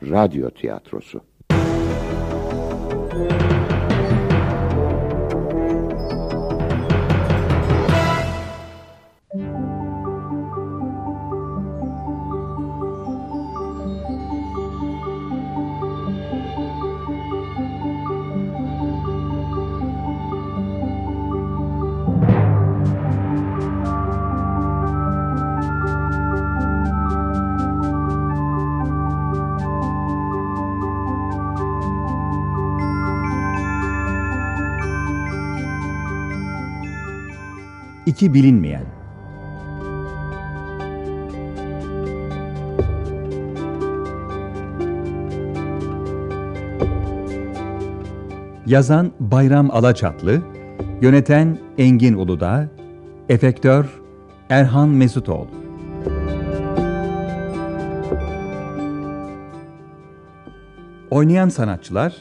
Radyo Tiyatrosu İki bilinmeyen. Yazan Bayram Alaçatlı, yöneten Engin Uludağ, efektör Erhan Mesutoğlu. Oynayan sanatçılar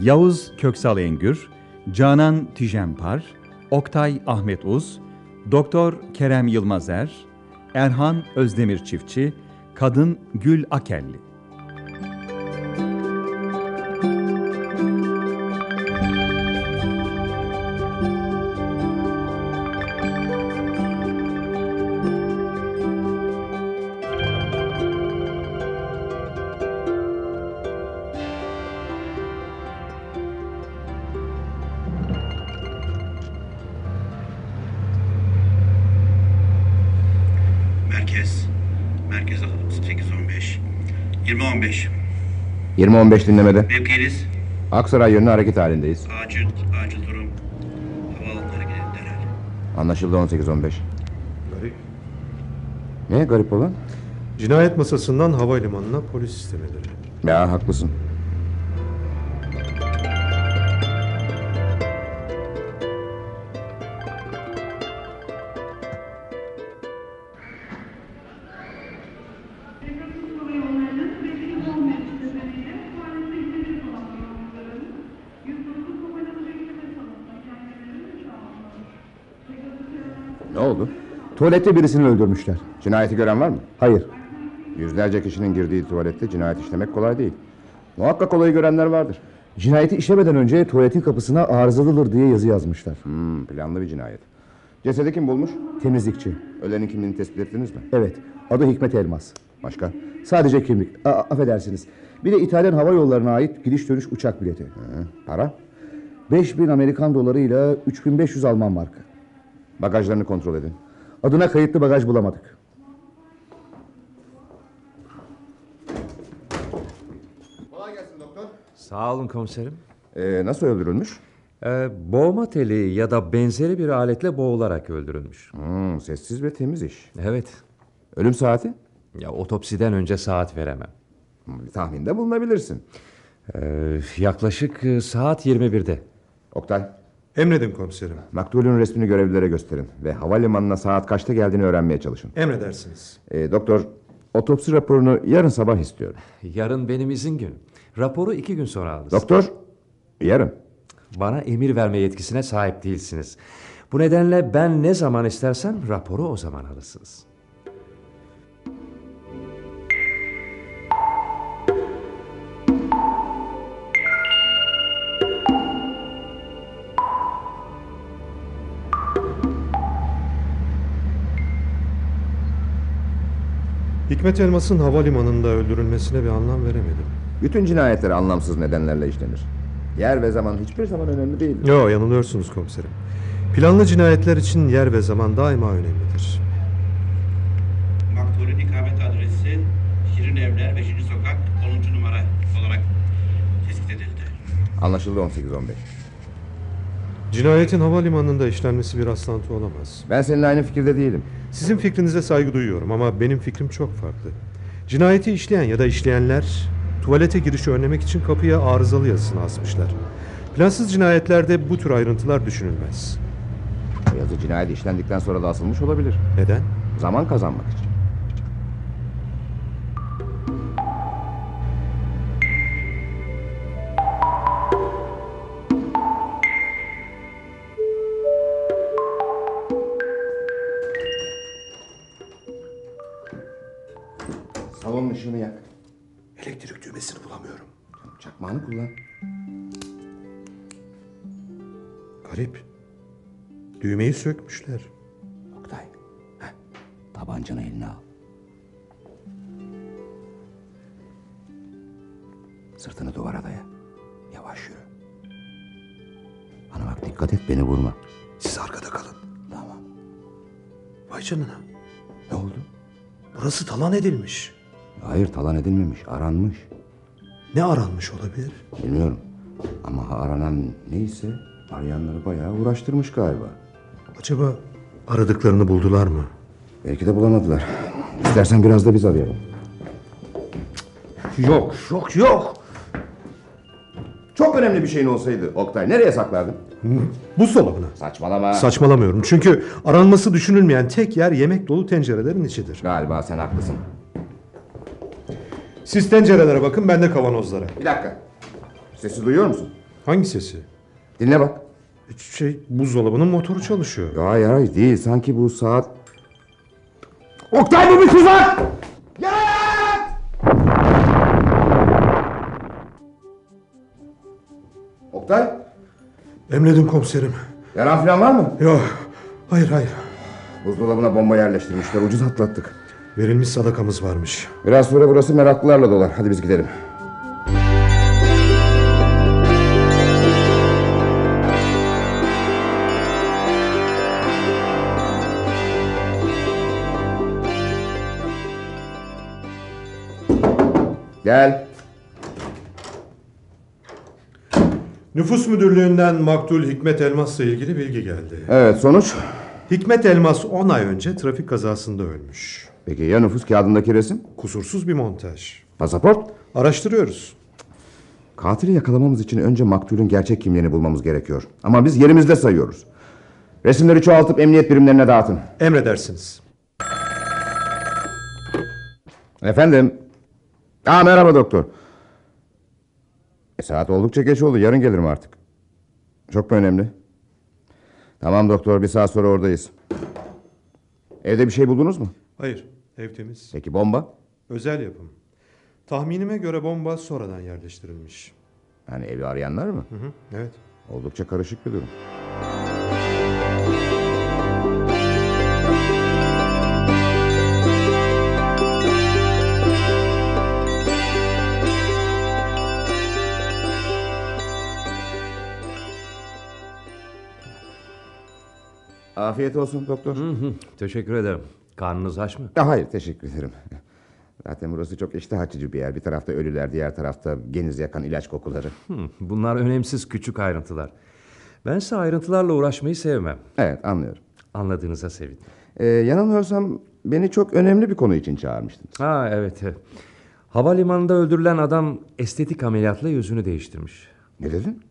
Yavuz Köksal Engür, Canan Tijempar, Oktay Ahmet Uz, Doktor Kerem Yılmazer, Erhan Özdemir Çiftçi, Kadın Gül Akelli. Merkez. Merkez alalım. 0815. 2015. 20-15 dinlemede Mevkiniz. Aksaray yönlü hareket halindeyiz Acil, acil durum. Havaalanına gidin derhal. Anlaşıldı 18-15 Garip. Ne garip olan? Cinayet masasından havalimanına polis sistemeleri. Ya haklısın Ne oldu? Tuvalette birisini öldürmüşler. Cinayeti gören var mı? Hayır. Yüzlerce kişinin girdiği tuvalette cinayet işlemek kolay değil Muhakkak olayı görenler vardır Cinayeti işlemeden önce tuvaletin kapısına arızalıdır diye yazı yazmışlar. Hmm, planlı bir cinayet Cesedi kim bulmuş? Temizlikçi. Ölenin kimliğini tespit ettiniz mi? Evet. Adı Hikmet Elmas. Başka? Sadece kimlik. A- affedersiniz. Bir de İtalyan Hava Yolları'na ait gidiş dönüş uçak bileti. Hı, Para? 5000 Amerikan dolarıyla 3500 Alman markı. Bagajlarını kontrol edin Adına kayıtlı bagaj bulamadık. Sağ olun komiserim. Ee, Nasıl öldürülmüş? Ee, boğma teli ya da benzeri bir aletle boğularak öldürülmüş. Hmm, sessiz ve temiz iş Evet. Ölüm saati? Ya otopsiden önce saat veremem. Hmm, Bir tahminde bulunabilirsin Ee, yaklaşık e, saat 21'de. Oktay Emredin komiserim. Maktulün resmini görevlilere gösterin ve havalimanına saat kaçta geldiğini öğrenmeye çalışın. Emredersiniz. Ee, doktor, otopsi raporunu yarın sabah istiyorum. Yarın benim izin günüm. Raporu iki gün sonra alırız. Doktor, yarın. Bana emir verme yetkisine sahip değilsiniz. Bu nedenle ben ne zaman istersem raporu o zaman alırsınız. Hikmet Elmas'ın havalimanında öldürülmesine bir anlam veremedim. Bütün cinayetler anlamsız nedenlerle işlenir. Yer ve zaman hiçbir zaman önemli değildir. Yo yanılıyorsunuz komiserim. Planlı cinayetler için yer ve zaman daima önemlidir. Maktulün ikamet adresi Şirin Evler 5. Sokak 10. numara olarak tespit edildi. Anlaşıldı 18-15. Cinayetin havalimanında işlenmesi bir rastlantı olamaz. Ben seninle aynı fikirde değilim. Sizin fikrinize saygı duyuyorum ama benim fikrim çok farklı. Cinayeti işleyen ya da işleyenler tuvalete girişi önlemek için kapıya arızalı yazısını asmışlar. Plansız cinayetlerde bu tür ayrıntılar düşünülmez. O yazı cinayet işlendikten sonra da asılmış olabilir. Neden? Zaman kazanmak için. Salon ışığını yak. Elektrik düğmesini bulamıyorum. Çakmağını kullan. Garip. Düğmeyi sökmüşler. Oktay. heh, Tabancanı eline al. Sırtını duvara daya. Yavaş yürü. Bana bak dikkat et beni vurma. Siz arkada kalın. Tamam. Vay canına. Ne oldu? Burası talan edilmiş. Hayır talan edilmemiş, aranmış. Ne aranmış olabilir? Bilmiyorum. Ama aranan neyse arayanları bayağı uğraştırmış galiba. Acaba aradıklarını buldular mı? Belki de bulamadılar. İstersen biraz da biz arayalım. Yok, yok, yok. Çok önemli bir şeyin olsaydı Oktay nereye saklardın? Buzdolabına. Saçmalama. Saçmalamıyorum çünkü aranması düşünülmeyen tek yer yemek dolu tencerelerin içidir. Galiba sen haklısın. Siz tencerelere bakın ben de kavanozlara. Bir dakika. Sesi duyuyor musun? Hangi sesi? Dinle bak. Şey buzdolabının motoru çalışıyor. Hayır hayır değil. Sanki bu saat... Oktay bu bir tuzak! Yat! Oktay, Emredin komiserim. yaran falan var mı? Yok. Hayır hayır. Buzdolabına bomba yerleştirmişler. Ucuz atlattık. Verilmiş sadakamız varmış. Biraz sonra burası meraklılarla dolar. Hadi biz gidelim. Gel. Nüfus Müdürlüğü'nden maktul Hikmet Elmas'la ilgili bilgi geldi. Evet sonuç. Hikmet Elmas 10 ay önce trafik kazasında ölmüş. Peki ya nüfus kağıdındaki resim? Kusursuz bir montaj. Pasaport? Araştırıyoruz. Katili yakalamamız için önce maktulün gerçek kimliğini bulmamız gerekiyor. Ama biz yerimizde sayıyoruz. Resimleri çoğaltıp emniyet birimlerine dağıtın. Emredersiniz. Efendim? Aa merhaba doktor. E, saat oldukça geç oldu. Yarın gelirim artık. Çok mu önemli? Tamam doktor bir saat sonra oradayız. Evde bir şey buldunuz mu? Hayır, ev temiz. Peki bomba? Özel yapım. Tahminime göre bomba sonradan yerleştirilmiş. Yani evi arayanlar mı? Hı hı, evet. Oldukça karışık bir durum. Afiyet olsun doktor. Teşekkür ederim. Karnınız aç mı? Ya hayır teşekkür ederim. Zaten burası çok iştah açıcı bir yer. Bir tarafta ölüler, diğer tarafta geniz yakan ilaç kokuları. Hı, Hmm, Bunlar önemsiz küçük ayrıntılar. Bense ayrıntılarla uğraşmayı sevmem. Evet anlıyorum. Anladığınıza sevindim. Ee, yanılmıyorsam beni çok önemli bir konu için çağırmıştınız. Ha evet. e, Havalimanında öldürülen adam estetik ameliyatla yüzünü değiştirmiş. Ne dedin?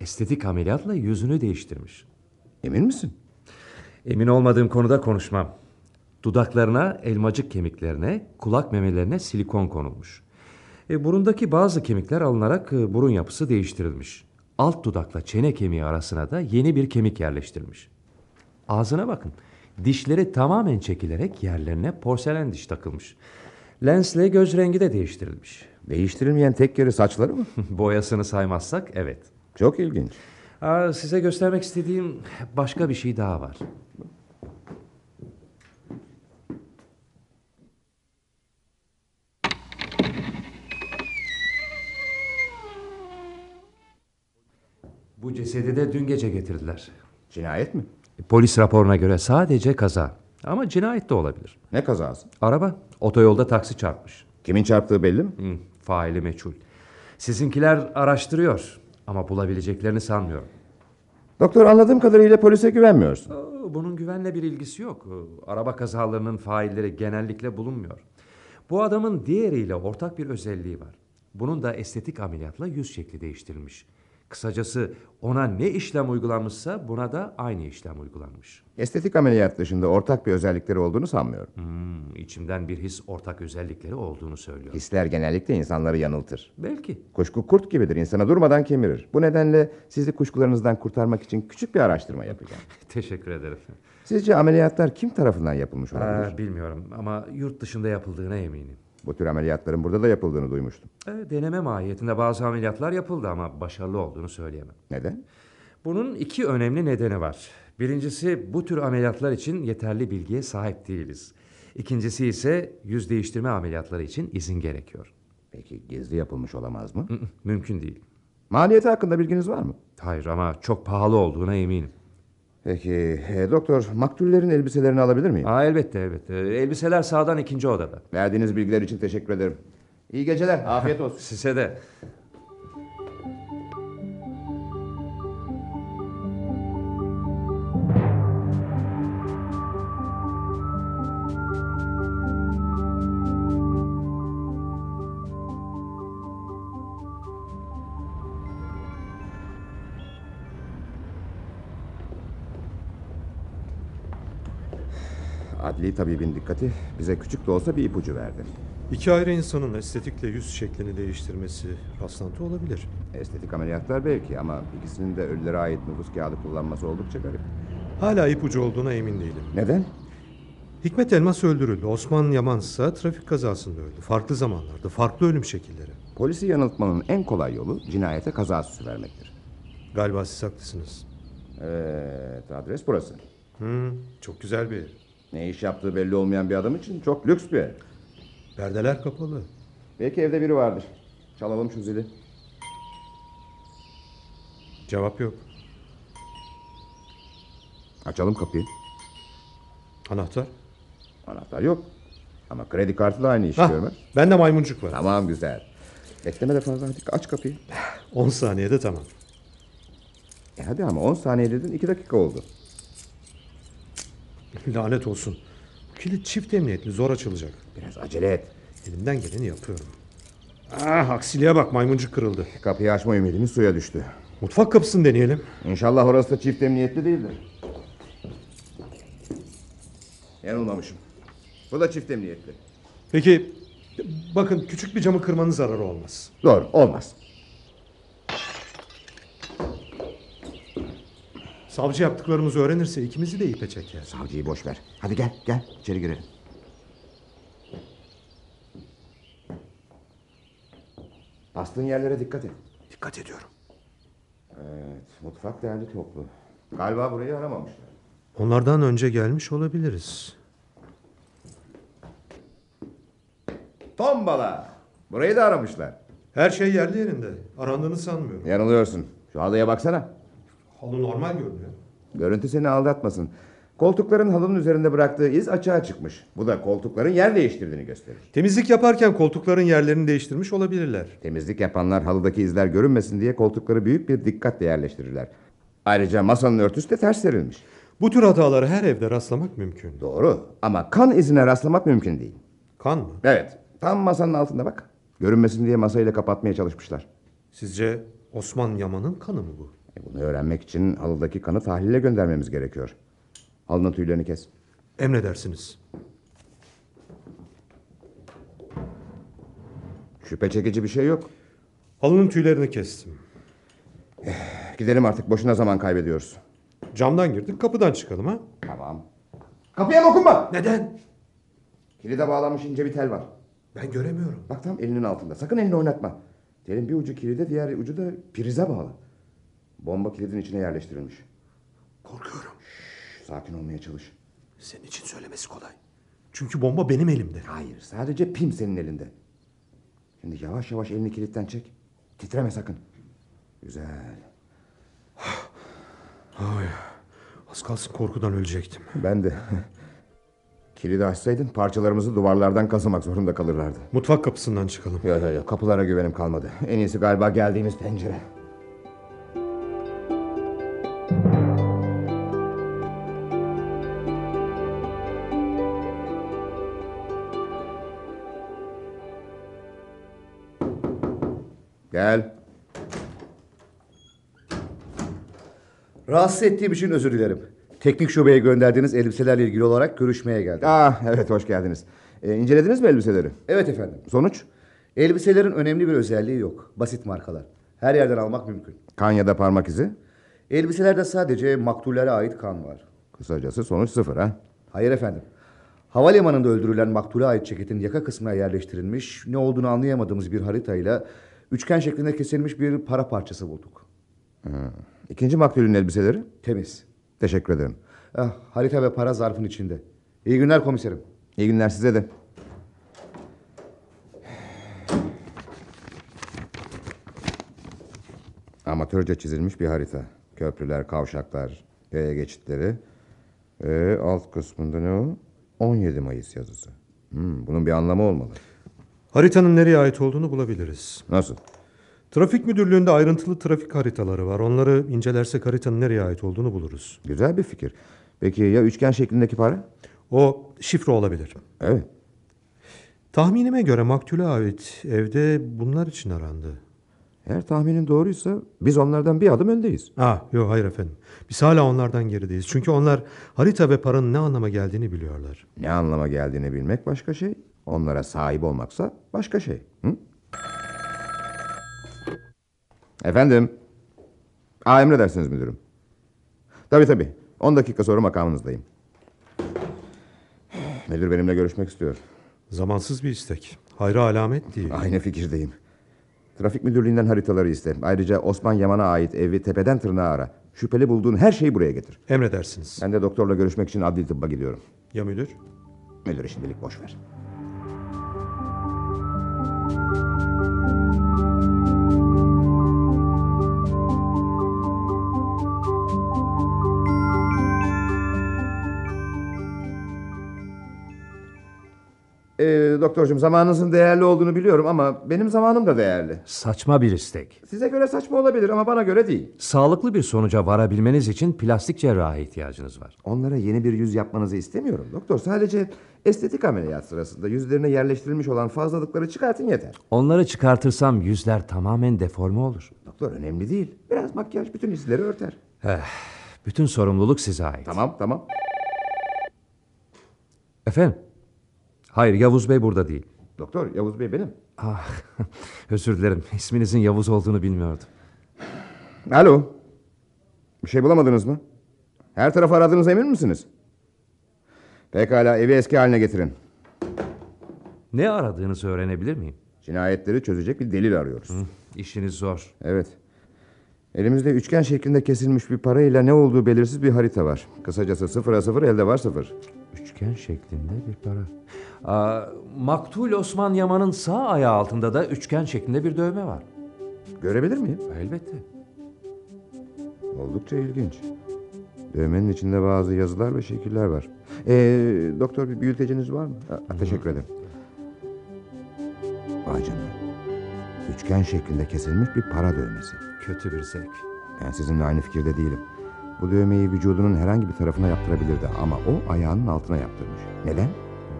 Estetik ameliyatla yüzünü değiştirmiş. Emin misin? Emin olmadığım konuda konuşmam. Dudaklarına, elmacık kemiklerine, kulak memelerine silikon konulmuş. E, burundaki bazı kemikler alınarak e, burun yapısı değiştirilmiş. Alt dudakla çene kemiği arasına da yeni bir kemik yerleştirilmiş. Ağzına bakın. Dişleri tamamen çekilerek yerlerine porselen diş takılmış. Lensle göz rengi de değiştirilmiş. Değiştirilmeyen tek yeri saçları mı? Boyasını saymazsak evet. çok ilginç. Aa, size göstermek istediğim başka bir şey daha var. Bu cesedi de dün gece getirdiler. Cinayet mi? Polis raporuna göre sadece kaza. Ama cinayet de olabilir. Ne kazası? Araba otoyolda taksi çarpmış. Kimin çarptığı belli mi? Hı, faili meçhul. Sizinkiler araştırıyor ama bulabileceklerini sanmıyorum. Doktor anladığım kadarıyla polise güvenmiyorsun. Aa, Bunun güvenle bir ilgisi yok. Ee, Araba kazalarının failleri genellikle bulunmuyor. Bu adamın diğeriyle ortak bir özelliği var. Bunun da estetik ameliyatla yüz şekli değiştirilmiş. Kısacası ona ne işlem uygulanmışsa buna da aynı işlem uygulanmış. Estetik ameliyat dışında ortak bir özellikleri olduğunu sanmıyorum. Hmm, içimden bir his ortak özellikleri olduğunu söylüyor. Hisler genellikle insanları yanıltır. Belki. Kuşku kurt gibidir, insana durmadan kemirir. Bu nedenle sizi kuşkularınızdan kurtarmak için küçük bir araştırma yapacağım. Teşekkür ederim. Ee, Sizce ameliyatlar kim tarafından yapılmış olabilir? Aa, bilmiyorum ama yurt dışında yapıldığına eminim. Bu tür ameliyatların burada da yapıldığını duymuştum. E, deneme mahiyetinde bazı ameliyatlar yapıldı ama başarılı olduğunu söyleyemem. Neden? Bunun iki önemli nedeni var. Birincisi bu tür ameliyatlar için yeterli bilgiye sahip değiliz. İkincisi ise yüz değiştirme ameliyatları için izin gerekiyor. Peki gizli yapılmış olamaz mı? Hı hı, Mümkün değil. Maliyeti hakkında bilginiz var mı? Hayır ama çok pahalı olduğuna eminim. Peki e, doktor maktullerin elbiselerini alabilir miyim? Aa, elbette elbette. Elbiseler sağdan ikinci odada. Verdiğiniz bilgiler için teşekkür ederim. İyi geceler. Afiyet olsun. Size de. Adli tabibin dikkati bize küçük de olsa bir ipucu verdi. İki ayrı insanın estetikle yüz şeklini değiştirmesi rastlantı olabilir. Estetik ameliyatlar belki ama ikisinin de ölülere ait nüfus kağıdı kullanması oldukça garip. Hala ipucu olduğuna emin değilim. Neden? Hikmet Elmas öldürüldü. Osman Yaman ise trafik kazasında öldü. Farklı zamanlarda, farklı ölüm şekilleri. Polisi yanıltmanın en kolay yolu cinayete kaza süsü vermektir. Galiba siz haklısınız. Evet, adres burası. Hı, çok güzel bir ev. Ne iş yaptığı belli olmayan bir adam için çok lüks bir ev. Perdeler kapalı. Belki evde biri vardır. Çalalım şu zili. Cevap yok. Açalım kapıyı. Anahtar? Anahtar yok. Ama kredi kartı da aynı işi Hah, görmez. ben de maymuncuk var. Tamam güzel. Bekleme de fazla hadi aç kapıyı. 10 saniyede tamam. E hadi ama 10 saniye dedin 2 dakika oldu. Lanet olsun. Bu kilit çift emniyetli zor açılacak. Biraz acele et. Elimden geleni yapıyorum. Ah aksiliğe bak maymuncuk kırıldı. E, Kapıyı açma ümidimiz suya düştü. Mutfak kapısını deneyelim. İnşallah orası da çift emniyetli değildir. Yanılmamışım. Bu da çift emniyetli. Peki bakın küçük bir camı kırmanın zararı olmaz. Doğru olmaz. Savcı yaptıklarımızı öğrenirse ikimizi de ipe çeker. Savcıyı boş ver. Hadi gel gel içeri girelim. Bastığın yerlere dikkat et. Dikkat ediyorum. Evet mutfak derli toplu. Galiba burayı aramamışlar. Onlardan önce gelmiş olabiliriz. Tombala. Burayı da aramışlar. Her şey yerli yerinde. Arandığını sanmıyorum. Yanılıyorsun. Şu halıya baksana. Halı normal görünüyor. Görüntü seni aldatmasın. Koltukların halının üzerinde bıraktığı iz açığa çıkmış. Bu da koltukların yer değiştirdiğini gösterir. Temizlik yaparken koltukların yerlerini değiştirmiş olabilirler. Temizlik yapanlar halıdaki izler görünmesin diye koltukları büyük bir dikkatle yerleştirirler. Ayrıca masanın örtüsü de ters serilmiş. Bu tür hataları her evde rastlamak mümkün. Doğru ama kan izine rastlamak mümkün değil. Kan mı? Evet tam masanın altında bak. Görünmesin diye masayla kapatmaya çalışmışlar. Sizce Osman Yaman'ın kanı mı bu? E, bunu öğrenmek için halıdaki kanı tahlile göndermemiz gerekiyor. Halının tüylerini kes. Emredersiniz. Şüphe çekici bir şey yok. Halının tüylerini kestim. Eh, Gidelim artık boşuna zaman kaybediyoruz. Camdan girdik kapıdan çıkalım ha? Tamam. Kapıya dokunma. Neden? Kilide bağlanmış ince bir tel var. Ben göremiyorum. Bak tam elinin altında. Sakın elini oynatma. Telin bir ucu kilide diğer ucu da prize bağlı. Bomba kilidin içine yerleştirilmiş. Korkuyorum. Şş, sakin olmaya çalış. Senin için söylemesi kolay. Çünkü bomba benim elimde. Hayır sadece pim senin elinde. Şimdi yavaş yavaş elini kilitten çek. Titreme sakın. Güzel. Az kalsın korkudan ölecektim. Ben de. Kilidi açsaydın parçalarımızı duvarlardan kazımak zorunda kalırlardı. Mutfak kapısından çıkalım. Yok yok yok kapılara güvenim kalmadı. En iyisi galiba geldiğimiz pencere. Gel. Rahatsız ettiğim için özür dilerim. Teknik şubeye gönderdiğiniz elbiselerle ilgili olarak görüşmeye geldim. Aa Ah, evet hoş geldiniz. Ee, incelediniz mi elbiseleri? Evet efendim. Sonuç? Elbiselerin önemli bir özelliği yok. Basit markalar. Her yerden almak mümkün. Kan ya da parmak izi? Elbiselerde sadece maktullere ait kan var. Kısacası sonuç sıfır ha. Hayır efendim. Havalimanında öldürülen maktule ait ceketin yaka kısmına yerleştirilmiş, ne olduğunu anlayamadığımız bir haritayla üçgen şeklinde kesilmiş bir para parçası bulduk. İkinci maktulün elbiseleri? Temiz. Teşekkür ederim. Ah, harita ve para zarfın içinde. İyi günler komiserim. İyi günler size de. Amatörce çizilmiş bir harita. Köprüler, kavşaklar, yaya geçitleri. Ve alt kısmında ne o? 17 Mayıs yazısı. Hmm, bunun bir anlamı olmalı. Haritanın nereye ait olduğunu bulabiliriz. Nasıl? Trafik müdürlüğünde ayrıntılı trafik haritaları var. Onları incelersek haritanın nereye ait olduğunu buluruz. Güzel bir fikir. Peki ya üçgen şeklindeki para? O şifre olabilir. Evet. Tahminime göre maktule ait evde bunlar için arandı. Eğer tahminin doğruysa biz onlardan bir adım öndeyiz. Ah yok hayır efendim. Biz hala onlardan gerideyiz. Çünkü onlar harita ve paranın ne anlama geldiğini biliyorlar. Ne anlama geldiğini bilmek başka şey. Onlara sahip olmaksa başka şey. Hı? Efendim. Aa, emredersiniz müdürüm. Tabii tabii. 10 dakika sonra makamınızdayım. Müdür benimle görüşmek istiyor. Zamansız bir istek. Hayra alamet değil. Aynı fikirdeyim. Trafik müdürlüğünden haritaları iste. Ayrıca Osman Yaman'a ait evi tepeden tırnağa ara. Şüpheli bulduğun her şeyi buraya getir. Emredersiniz. Ben de doktorla görüşmek için adli tıbba gidiyorum. Ya müdür? Müdürü şimdilik boş ver. Ee, doktorcum zamanınızın değerli olduğunu biliyorum ama benim zamanım da değerli. Saçma bir istek. Size göre saçma olabilir ama bana göre değil. Sağlıklı bir sonuca varabilmeniz için plastik cerraha ihtiyacınız var. Onlara yeni bir yüz yapmanızı istemiyorum doktor. Sadece estetik ameliyat sırasında yüzlerine yerleştirilmiş olan fazlalıkları çıkartın yeter. Onları çıkartırsam yüzler tamamen deforme olur. Doktor önemli değil. Biraz makyaj bütün izleri örter. Eh, Bütün sorumluluk size ait. Tamam tamam. Efendim? Hayır Yavuz Bey burada değil. Doktor Yavuz Bey benim. Ah, özür dilerim. İsminizin Yavuz olduğunu bilmiyordum. Alo. Bir şey bulamadınız mı? Her tarafı aradınız emin misiniz? Pekala evi eski haline getirin. Ne aradığınızı öğrenebilir miyim? Cinayetleri çözecek bir delil arıyoruz. İşiniz zor. Evet. Elimizde üçgen şeklinde kesilmiş bir parayla ne olduğu belirsiz bir harita var. Kısacası sıfıra sıfır elde var sıfır. Üçgen şeklinde bir para. Aa, Maktul Osman Yaman'ın sağ ayağı altında da üçgen şeklinde bir dövme var. Görebilir miyim? Elbette. Oldukça ilginç. Dövmenin içinde bazı yazılar ve şekiller var. Ee, doktor bir büyüteciniz var mı? Ha, teşekkür ederim. Vay canına. Üçgen şeklinde kesilmiş bir para dövmesi. Kötü bir zevk. Ben sizinle aynı fikirde değilim. Bu dövmeyi vücudunun herhangi bir tarafına yaptırabilirdi ama o ayağının altına yaptırmış. Neden?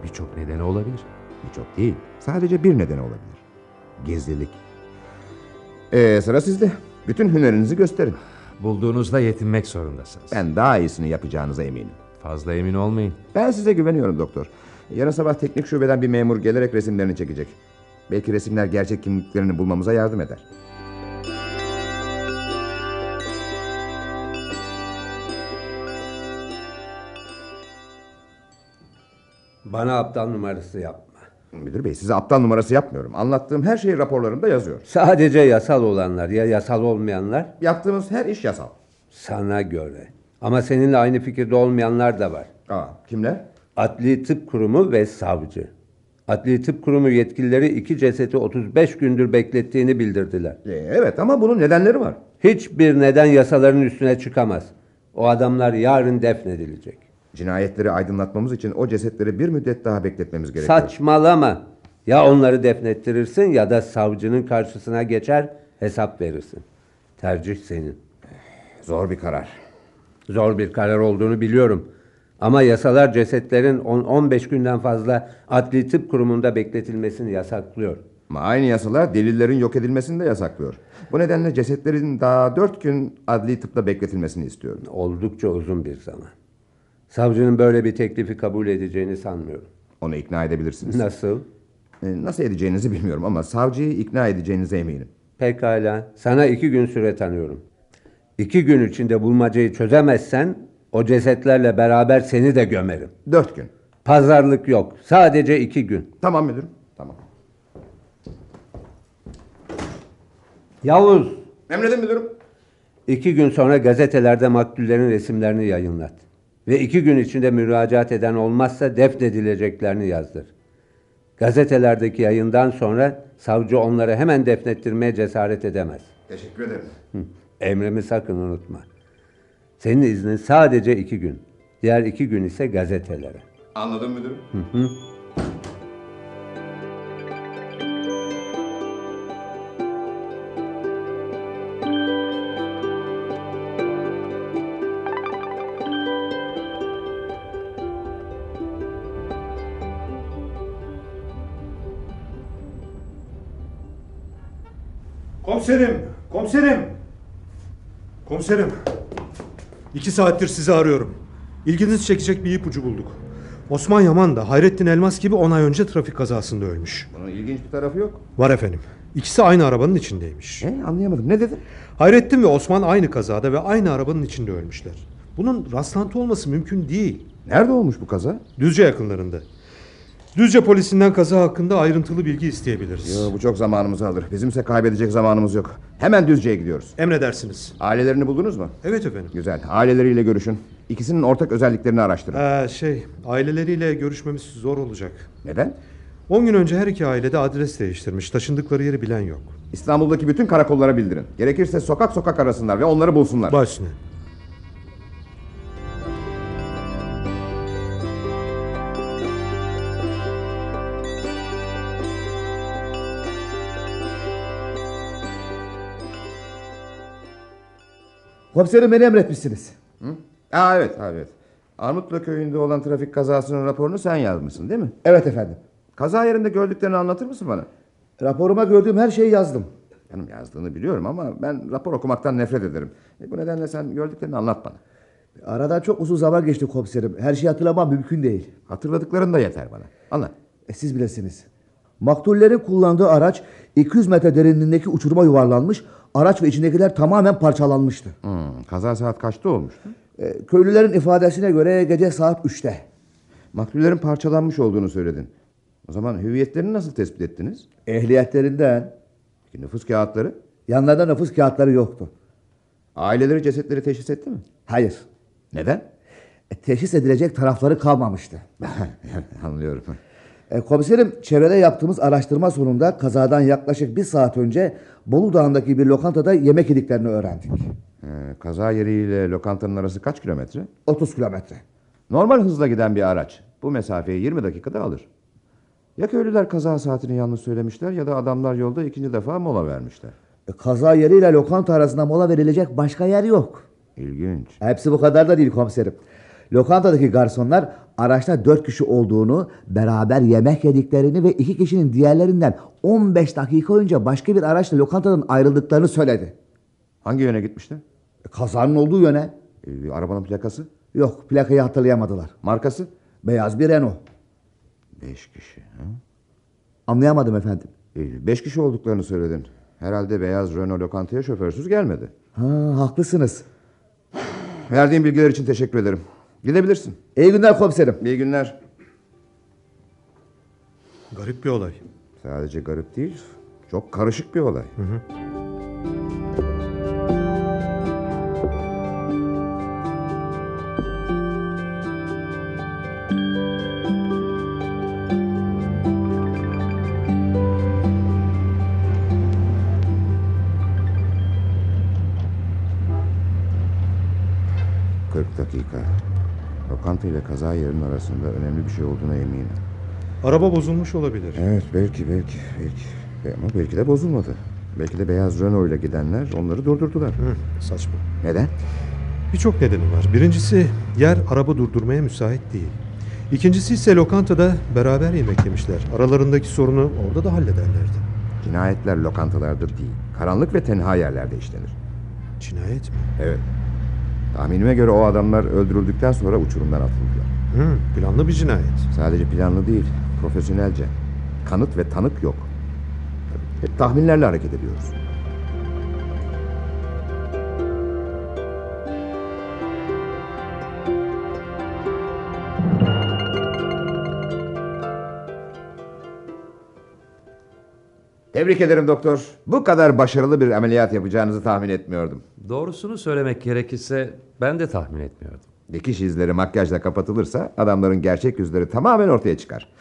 Birçok nedeni olabilir. Birçok değil. Sadece bir neden olabilir. Gizlilik. Ee, sıra sizde. Bütün hünerinizi gösterin. Bulduğunuzda yetinmek zorundasınız. Ben daha iyisini yapacağınıza eminim. Fazla emin olmayın. Ben size güveniyorum doktor. Yarın sabah teknik şubeden bir memur gelerek resimlerini çekecek. Belki resimler gerçek kimliklerini bulmamıza yardım eder. Bana aptal numarası yapma. Müdür bey size aptal numarası yapmıyorum. Anlattığım her şey raporlarımda yazıyor. Sadece yasal olanlar ya yasal olmayanlar Yaptığımız her iş yasal. sana göre. Ama seninle aynı fikirde olmayanlar da var. Aa, kimler? Adli Tıp Kurumu ve savcı. Adli Tıp Kurumu yetkilileri iki ceseti 35 gündür beklettiğini bildirdiler. Ee, evet ama bunun nedenleri var. Hiçbir neden yasaların üstüne çıkamaz. O adamlar yarın defnedilecek. Cinayetleri aydınlatmamız için o cesetleri bir müddet daha bekletmemiz gerekiyor. Saçmalama. Ya onları defnettirirsin ya da savcının karşısına geçer hesap verirsin. Tercih senin. Zor bir karar. Zor bir karar olduğunu biliyorum. Ama yasalar cesetlerin 10-15 günden fazla adli tıp kurumunda bekletilmesini yasaklıyor. Ama aynı yasalar delillerin yok edilmesini de yasaklıyor. Bu nedenle cesetlerin daha dört gün adli tıpta bekletilmesini istiyorum. Oldukça uzun bir zaman. Savcının böyle bir teklifi kabul edeceğini sanmıyorum. Onu ikna edebilirsiniz. Nasıl? Ee, Nasıl edeceğinizi bilmiyorum ama savcıyı ikna edeceğinize eminim. Pekala. Sana iki gün süre tanıyorum. İki gün içinde bulmacayı çözemezsen o cesetlerle beraber seni de gömerim. Dört gün. Pazarlık yok. Sadece iki gün. Tamam müdürüm. Tamam. Yavuz, Emredin müdürüm. iki gün sonra gazetelerde maktullerin resimlerini yayınlat. Ve iki gün içinde müracaat eden olmazsa defnedileceklerini yazdır. Gazetelerdeki yayından sonra savcı onları hemen defnettirmeye cesaret edemez. Teşekkür ederim. Hı, Emrimi sakın unutma. Senin iznin sadece iki gün. Diğer iki gün ise gazetelere. Anladım müdürüm. Komiserim, komiserim. Komiserim. İki saattir sizi arıyorum. İlginizi çekecek bir ipucu bulduk. Osman Yaman da Hayrettin Elmas gibi 10 ay önce trafik kazasında ölmüş. Bunun ilginç bir tarafı yok. Var efendim. İkisi aynı arabanın içindeymiş. Ne? Anlayamadım. Ne dedin? Hayrettin ve Osman aynı kazada ve aynı arabanın içinde ölmüşler. Bunun rastlantı olması mümkün değil. Nerede olmuş bu kaza? Düzce yakınlarında. Düzce polisinden kaza hakkında ayrıntılı bilgi isteyebiliriz. Yo, bu çok zamanımızı alır. Bizimse kaybedecek zamanımız yok. Hemen Düzce'ye gidiyoruz. Emredersiniz. Ailelerini buldunuz mu? Evet efendim. Güzel. Aileleriyle görüşün. İkisinin ortak özelliklerini araştırın. Ee, şey, aileleriyle görüşmemiz zor olacak. Neden? 10 gün önce her iki ailede adres değiştirmiş. Taşındıkları yeri bilen yok. İstanbul'daki bütün karakollara bildirin. Gerekirse sokak sokak arasınlar ve onları bulsunlar. Baş üstüne. Komiserim beni emretmişsiniz. Aa, evet, ha, evet. Armutlu köyünde olan trafik kazasının raporunu sen yazmışsın değil mi? Evet efendim. Kaza yerinde gördüklerini anlatır mısın bana? Raporuma gördüğüm her şeyi yazdım. Canım yazdığını biliyorum ama ben rapor okumaktan nefret ederim. E, bu nedenle sen gördüklerini anlat bana. Aradan çok uzun zaman geçti komiserim. Her şeyi hatırlamam mümkün değil. Hatırladıkların da yeter bana. Anlat. E, siz bilesiniz. Maktullerin kullandığı araç 200 metre derinliğindeki uçuruma yuvarlanmış. Araç ve içindekiler tamamen parçalanmıştı. Hmm, kaza saat kaçta olmuştu? E, köylülerin ifadesine göre gece saat 3'te. Maktullerin parçalanmış olduğunu söyledin. O zaman hüviyetlerini nasıl tespit ettiniz? Ehliyetlerinden Peki nüfus kağıtları? yanlarında nüfus kağıtları yoktu. Aileleri cesetleri teşhis etti mi? Hayır. Neden? E, teşhis edilecek tarafları kalmamıştı. Anlıyorum. E, komiserim çevrede yaptığımız araştırma sonunda kazadan yaklaşık bir saat önce Bolu Dağı'ndaki bir lokantada yemek yediklerini öğrendik. Ee, kaza yeriyle lokantanın arası kaç kilometre? 30 kilometre. Normal hızla giden bir araç. Bu mesafeyi 20 dakikada alır. Ya köylüler kaza saatini yanlış söylemişler ya da adamlar yolda ikinci defa mola vermişler. E, kaza yeriyle lokanta arasında mola verilecek başka yer yok. İlginç. Hepsi bu kadar da değil komiserim. Lokantadaki garsonlar araçta 4 kişi olduğunu, beraber yemek yediklerini ve iki kişinin diğerlerinden 15 dakika önce başka bir araçla lokantadan ayrıldıklarını söyledi. Hangi yöne gitmişler? E, kazanın olduğu yöne Ee, arabanın plakası? yok plakayı hatırlayamadılar. Markası? Beyaz bir Renault. Beş kişi. ha? Anlayamadım efendim. Ee, beş kişi olduklarını söyledin. Herhalde beyaz Renault lokantaya şoförsüz gelmedi. Ha, haklısınız. Verdiğin bilgiler için teşekkür ederim. Gidebilirsin. İyi günler komiserim. İyi günler. Garip bir olay. Sadece garip değil, çok karışık bir olay. Kırk dakika. Lokanta ile kaza yerinin arasında önemli bir şey olduğuna eminim. Araba bozulmuş olabilir. Evet belki belki belki E, ama belki de bozulmadı. Belki de beyaz Renault ile gidenler onları durdurdular. Hı, saçma. Neden? Birçok nedeni var. Birincisi yer araba durdurmaya müsait değil. İkincisi ise lokantada beraber yemek yemişler. Aralarındaki sorunu orada da hallederlerdi. Cinayetler lokantalarda değil, karanlık ve tenha yerlerde işlenir. Cinayet mi? Evet. Tahminime göre o adamlar öldürüldükten sonra uçurumdan atıldılar. Hı, planlı bir cinayet. Sadece planlı değil, profesyonelce. Kanıt ve tanık yok. Hep tahminlerle hareket ediyoruz. Tebrik ederim doktor. Bu kadar başarılı bir ameliyat yapacağınızı tahmin etmiyordum. Doğrusunu söylemek gerekirse ben de tahmin etmiyordum. Dikiş izleri makyajla kapatılırsa adamların gerçek yüzleri tamamen ortaya çıkar.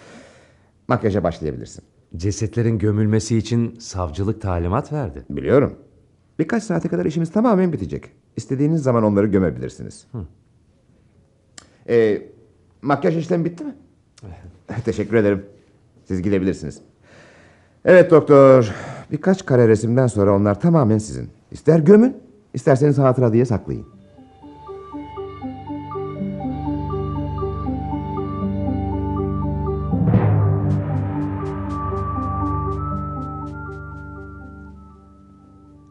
Makyaja başlayabilirsin. Cesetlerin gömülmesi için savcılık talimat verdi. Biliyorum. Birkaç saate kadar işimiz tamamen bitecek. İstediğiniz zaman onları gömebilirsiniz. Ee, makyaj işlemi bitti mi? Teşekkür ederim. Siz gidebilirsiniz. Evet doktor. Birkaç kare resimden sonra onlar tamamen sizin. İster gömün, isterseniz hatıra diye saklayın.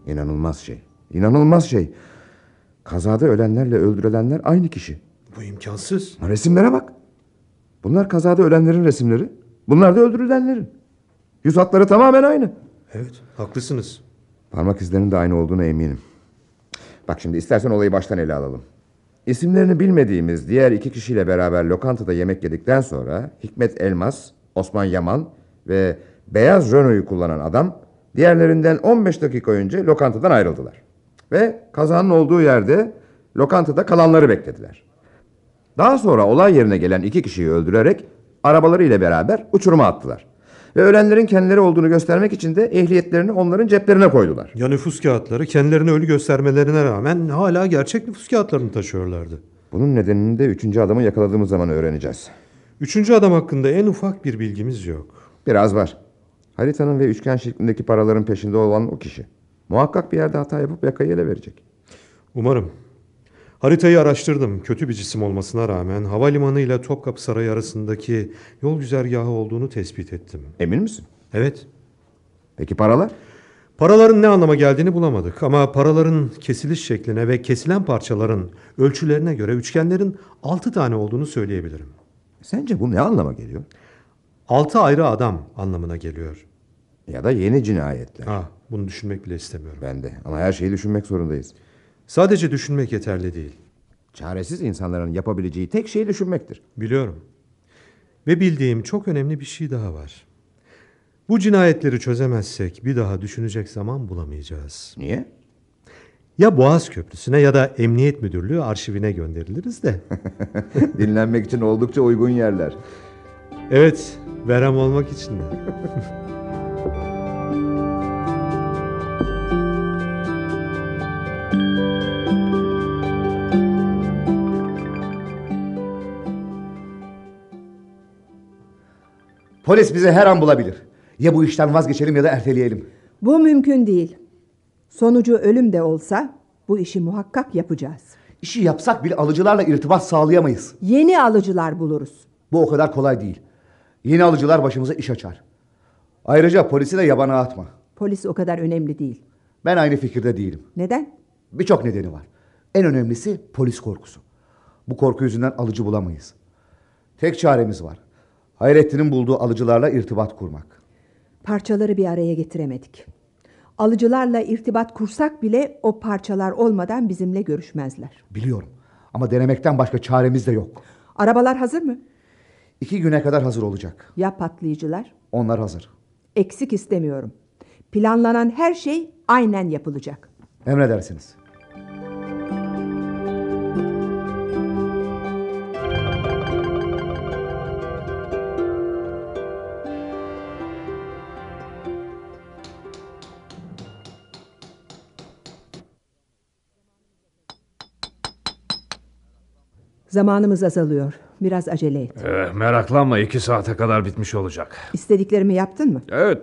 İnanılmaz şey. İnanılmaz şey. Kazada ölenlerle öldürülenler aynı kişi. Bu imkansız. Resimlere bak. Bunlar kazada ölenlerin resimleri. Bunlar da öldürülenlerin. Yüz hatları tamamen aynı. Evet. Haklısınız. Parmak izlerinin de aynı olduğuna eminim. Bak şimdi istersen olayı baştan ele alalım. İsimlerini bilmediğimiz diğer iki kişiyle beraber lokantada yemek yedikten sonra Hikmet Elmas, Osman Yaman ve beyaz Renault'u kullanan adam diğerlerinden 15 dakika önce lokantadan ayrıldılar. Ve kazanın olduğu yerde lokantada kalanları beklediler. Daha sonra olay yerine gelen iki kişiyi öldürerek arabalarıyla beraber uçuruma attılar. Ve ölenlerin kendileri olduğunu göstermek için de ehliyetlerini onların ceplerine koydular. Ya nüfus kağıtları kendilerini ölü göstermelerine rağmen hala gerçek nüfus kağıtlarını taşıyorlardı. Bunun nedenini de üçüncü adamı yakaladığımız zaman öğreneceğiz. Üçüncü adam hakkında en ufak bir bilgimiz yok. Biraz var. Haritanın ve üçgen şeklindeki paraların peşinde olan o kişi. Muhakkak bir yerde hata yapıp yakayı ele verecek. Umarım. Haritayı araştırdım. Kötü bir cisim olmasına rağmen havalimanı ile Topkapı Sarayı arasındaki yol güzergahı olduğunu tespit ettim. Emin misin? Evet. Peki paralar? Paraların ne anlama geldiğini bulamadık ama paraların kesiliş şekline ve kesilen parçaların ölçülerine göre üçgenlerin 6 tane olduğunu söyleyebilirim. Sence bu ne anlama geliyor? 6 ayrı adam anlamına geliyor. Ya da yeni cinayetler. Ha, bunu düşünmek bile istemiyorum. Ben de. Ama her şeyi düşünmek zorundayız. Sadece düşünmek yeterli değil. Çaresiz insanların yapabileceği tek şey düşünmektir. Biliyorum. Ve bildiğim çok önemli bir şey daha var. Bu cinayetleri çözemezsek bir daha düşünecek zaman bulamayacağız. Niye? Ya Boğaz Köprüsü'ne ya da Emniyet Müdürlüğü arşivine gönderiliriz de. Dinlenmek için oldukça uygun yerler. evet, verem olmak için de. Polis bizi her an bulabilir. Ya bu işten vazgeçelim ya da erteleyelim. Bu mümkün değil. Sonucu ölüm de olsa bu işi muhakkak yapacağız. İşi yapsak bile alıcılarla irtibat sağlayamayız. Yeni alıcılar buluruz. Bu o kadar kolay değil. Yeni alıcılar başımıza iş açar. Ayrıca polisi de yabana atma. Polis o kadar önemli değil. Ben aynı fikirde değilim. Neden? Birçok nedeni var. En önemlisi polis korkusu. Bu korku yüzünden alıcı bulamayız. Tek çaremiz var. Hayrettin'in bulduğu alıcılarla irtibat kurmak. Parçaları bir araya getiremedik. Alıcılarla irtibat kursak bile o parçalar olmadan bizimle görüşmezler. Biliyorum. Ama denemekten başka çaremiz de yok. Arabalar hazır mı? İki güne kadar hazır olacak. Ya patlayıcılar? Onlar hazır. Eksik istemiyorum. Planlanan her şey aynen yapılacak. Emredersiniz. Zamanımız azalıyor. Biraz acele et. Eh, meraklanma iki saate kadar bitmiş olacak. İstediklerimi yaptın mı? Evet.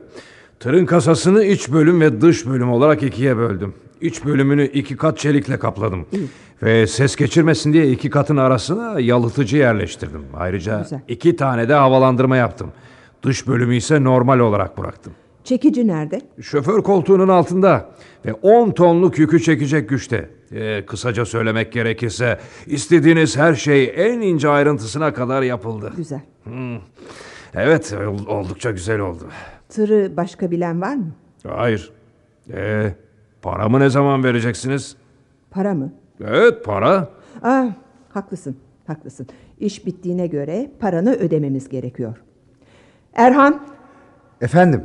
Tırın kasasını iç bölüm ve dış bölüm olarak ikiye böldüm. İç bölümünü iki kat çelikle kapladım. Ve ses geçirmesin diye iki katın arasına yalıtıcı yerleştirdim. Ayrıca Güzel. iki tane de havalandırma yaptım. Dış bölümü ise normal olarak bıraktım. Çekici nerede? Şoför koltuğunun altında ve 10 tonluk yükü çekecek güçte. Ee, kısaca söylemek gerekirse istediğiniz her şey en ince ayrıntısına kadar yapıldı. Hmm. Güzel. Evet ol- oldukça güzel oldu. Tırı başka bilen var mı? Hayır. Ee, paramı ne zaman vereceksiniz? Para mı? Evet para. Ah, haklısın, haklısın. İş bittiğine göre paranı ödememiz gerekiyor. Erhan, Efendim,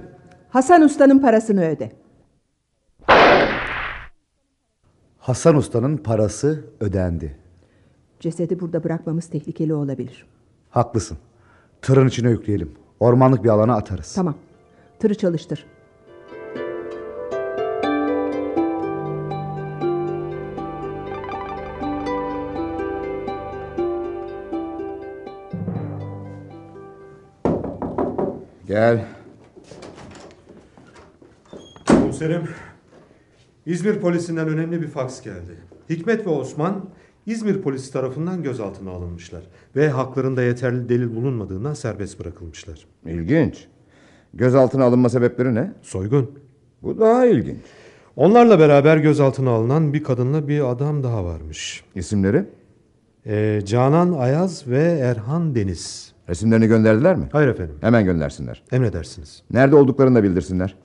Hasan Usta'nın parasını öde. Hasan Usta'nın parası ödendi. Cesedi burada bırakmamız tehlikeli olabilir. Haklısın. Tırın içine yükleyelim. Ormanlık bir alana atarız. Tamam. Tırı çalıştır. Gel. Komiserim, İzmir polisinden önemli bir faks geldi. Hikmet ve Osman İzmir polisi tarafından gözaltına alınmışlar ve haklarında yeterli delil bulunmadığından serbest bırakılmışlar. İlginç. Gözaltına alınma sebepleri ne? Soygun. Bu daha ilginç. Onlarla beraber gözaltına alınan bir kadınla bir adam daha varmış. İsimleri? Ee, Canan Ayaz ve Erhan Deniz. Resimlerini gönderdiler mi? Hayır efendim, Hemen göndersinler. emredersiniz. Nerede olduklarını da bildirsinler.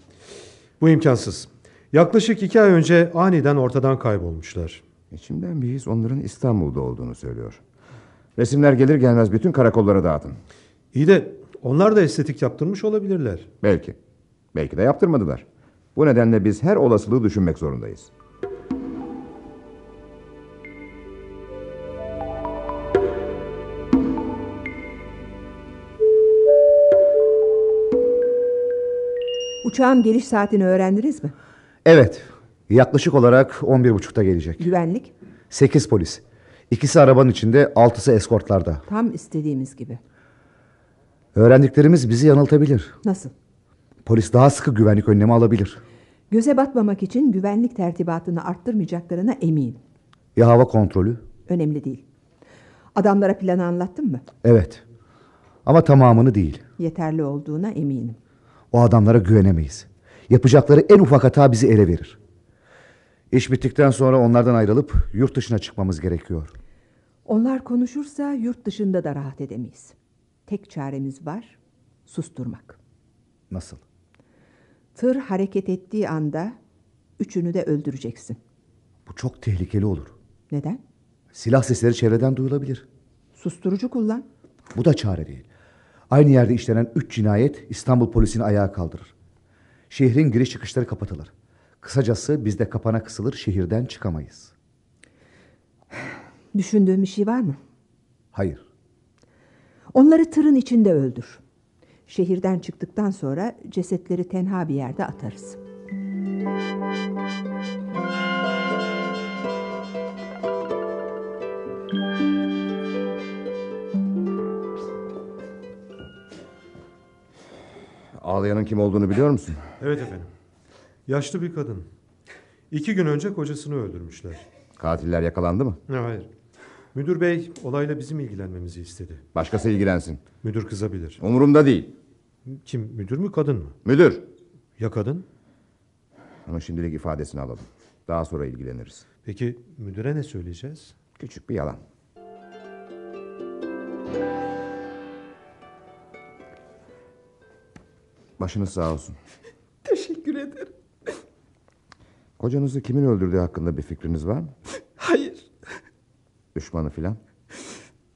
Bu imkansız. Yaklaşık iki ay önce aniden ortadan kaybolmuşlar. İçimden bir his onların İstanbul'da olduğunu söylüyor. Resimler gelir gelmez bütün karakollara dağıtın. İyi de onlar da estetik yaptırmış olabilirler. Belki. Belki de yaptırmadılar. Bu nedenle biz her olasılığı düşünmek zorundayız. Uçağın geliş saatini öğrendiniz mi? Evet. Yaklaşık olarak 11.30'da gelecek. Güvenlik 8 polis. İkisi arabanın içinde, altısı eskortlarda. tam istediğimiz gibi. Öğrendiklerimiz bizi yanıltabilir. Nasıl? Polis daha sıkı güvenlik önlemi alabilir. Göze batmamak için güvenlik tertibatını arttırmayacaklarına eminim. Ya hava kontrolü? Önemli değil. Adamlara planı anlattın mı? Evet. Ama tamamını değil. Yeterli olduğuna eminim. O adamlara güvenemeyiz. Yapacakları en ufak hata bizi ele verir. İş bittikten sonra onlardan ayrılıp yurt dışına çıkmamız gerekiyor. Onlar konuşursa yurt dışında da rahat edemeyiz. Tek çaremiz var, susturmak. Nasıl? Tır hareket ettiği anda üçünü de öldüreceksin. Bu çok tehlikeli olur. Neden? Silah sesleri çevreden duyulabilir. Susturucu kullan. Bu da çare değil. Aynı yerde işlenen üç cinayet İstanbul polisini ayağa kaldırır. Şehrin giriş çıkışları kapatılır. Kısacası biz de kapana kısılır şehirden çıkamayız. Düşündüğün bir şey var mı? Hayır. Onları tırın içinde öldür. Şehirden çıktıktan sonra cesetleri tenha bir yerde atarız. Ağlayanın kim olduğunu biliyor musun? Evet efendim. Yaşlı bir kadın. İki gün önce kocasını öldürmüşler. Katiller yakalandı mı? Ne hayır. Müdür bey olayla bizim ilgilenmemizi istedi. Başkası ilgilensin. Müdür kızabilir. Umurumda değil. Kim müdür mü kadın mı? Müdür. Ya kadın? Ama şimdilik ifadesini alalım. Daha sonra ilgileniriz. Peki müdüre ne söyleyeceğiz? Küçük bir yalan. Başınız sağ olsun. Teşekkür ederim. Kocanızı kimin öldürdüğü hakkında bir fikriniz var mı? Hayır, Düşmanı filan.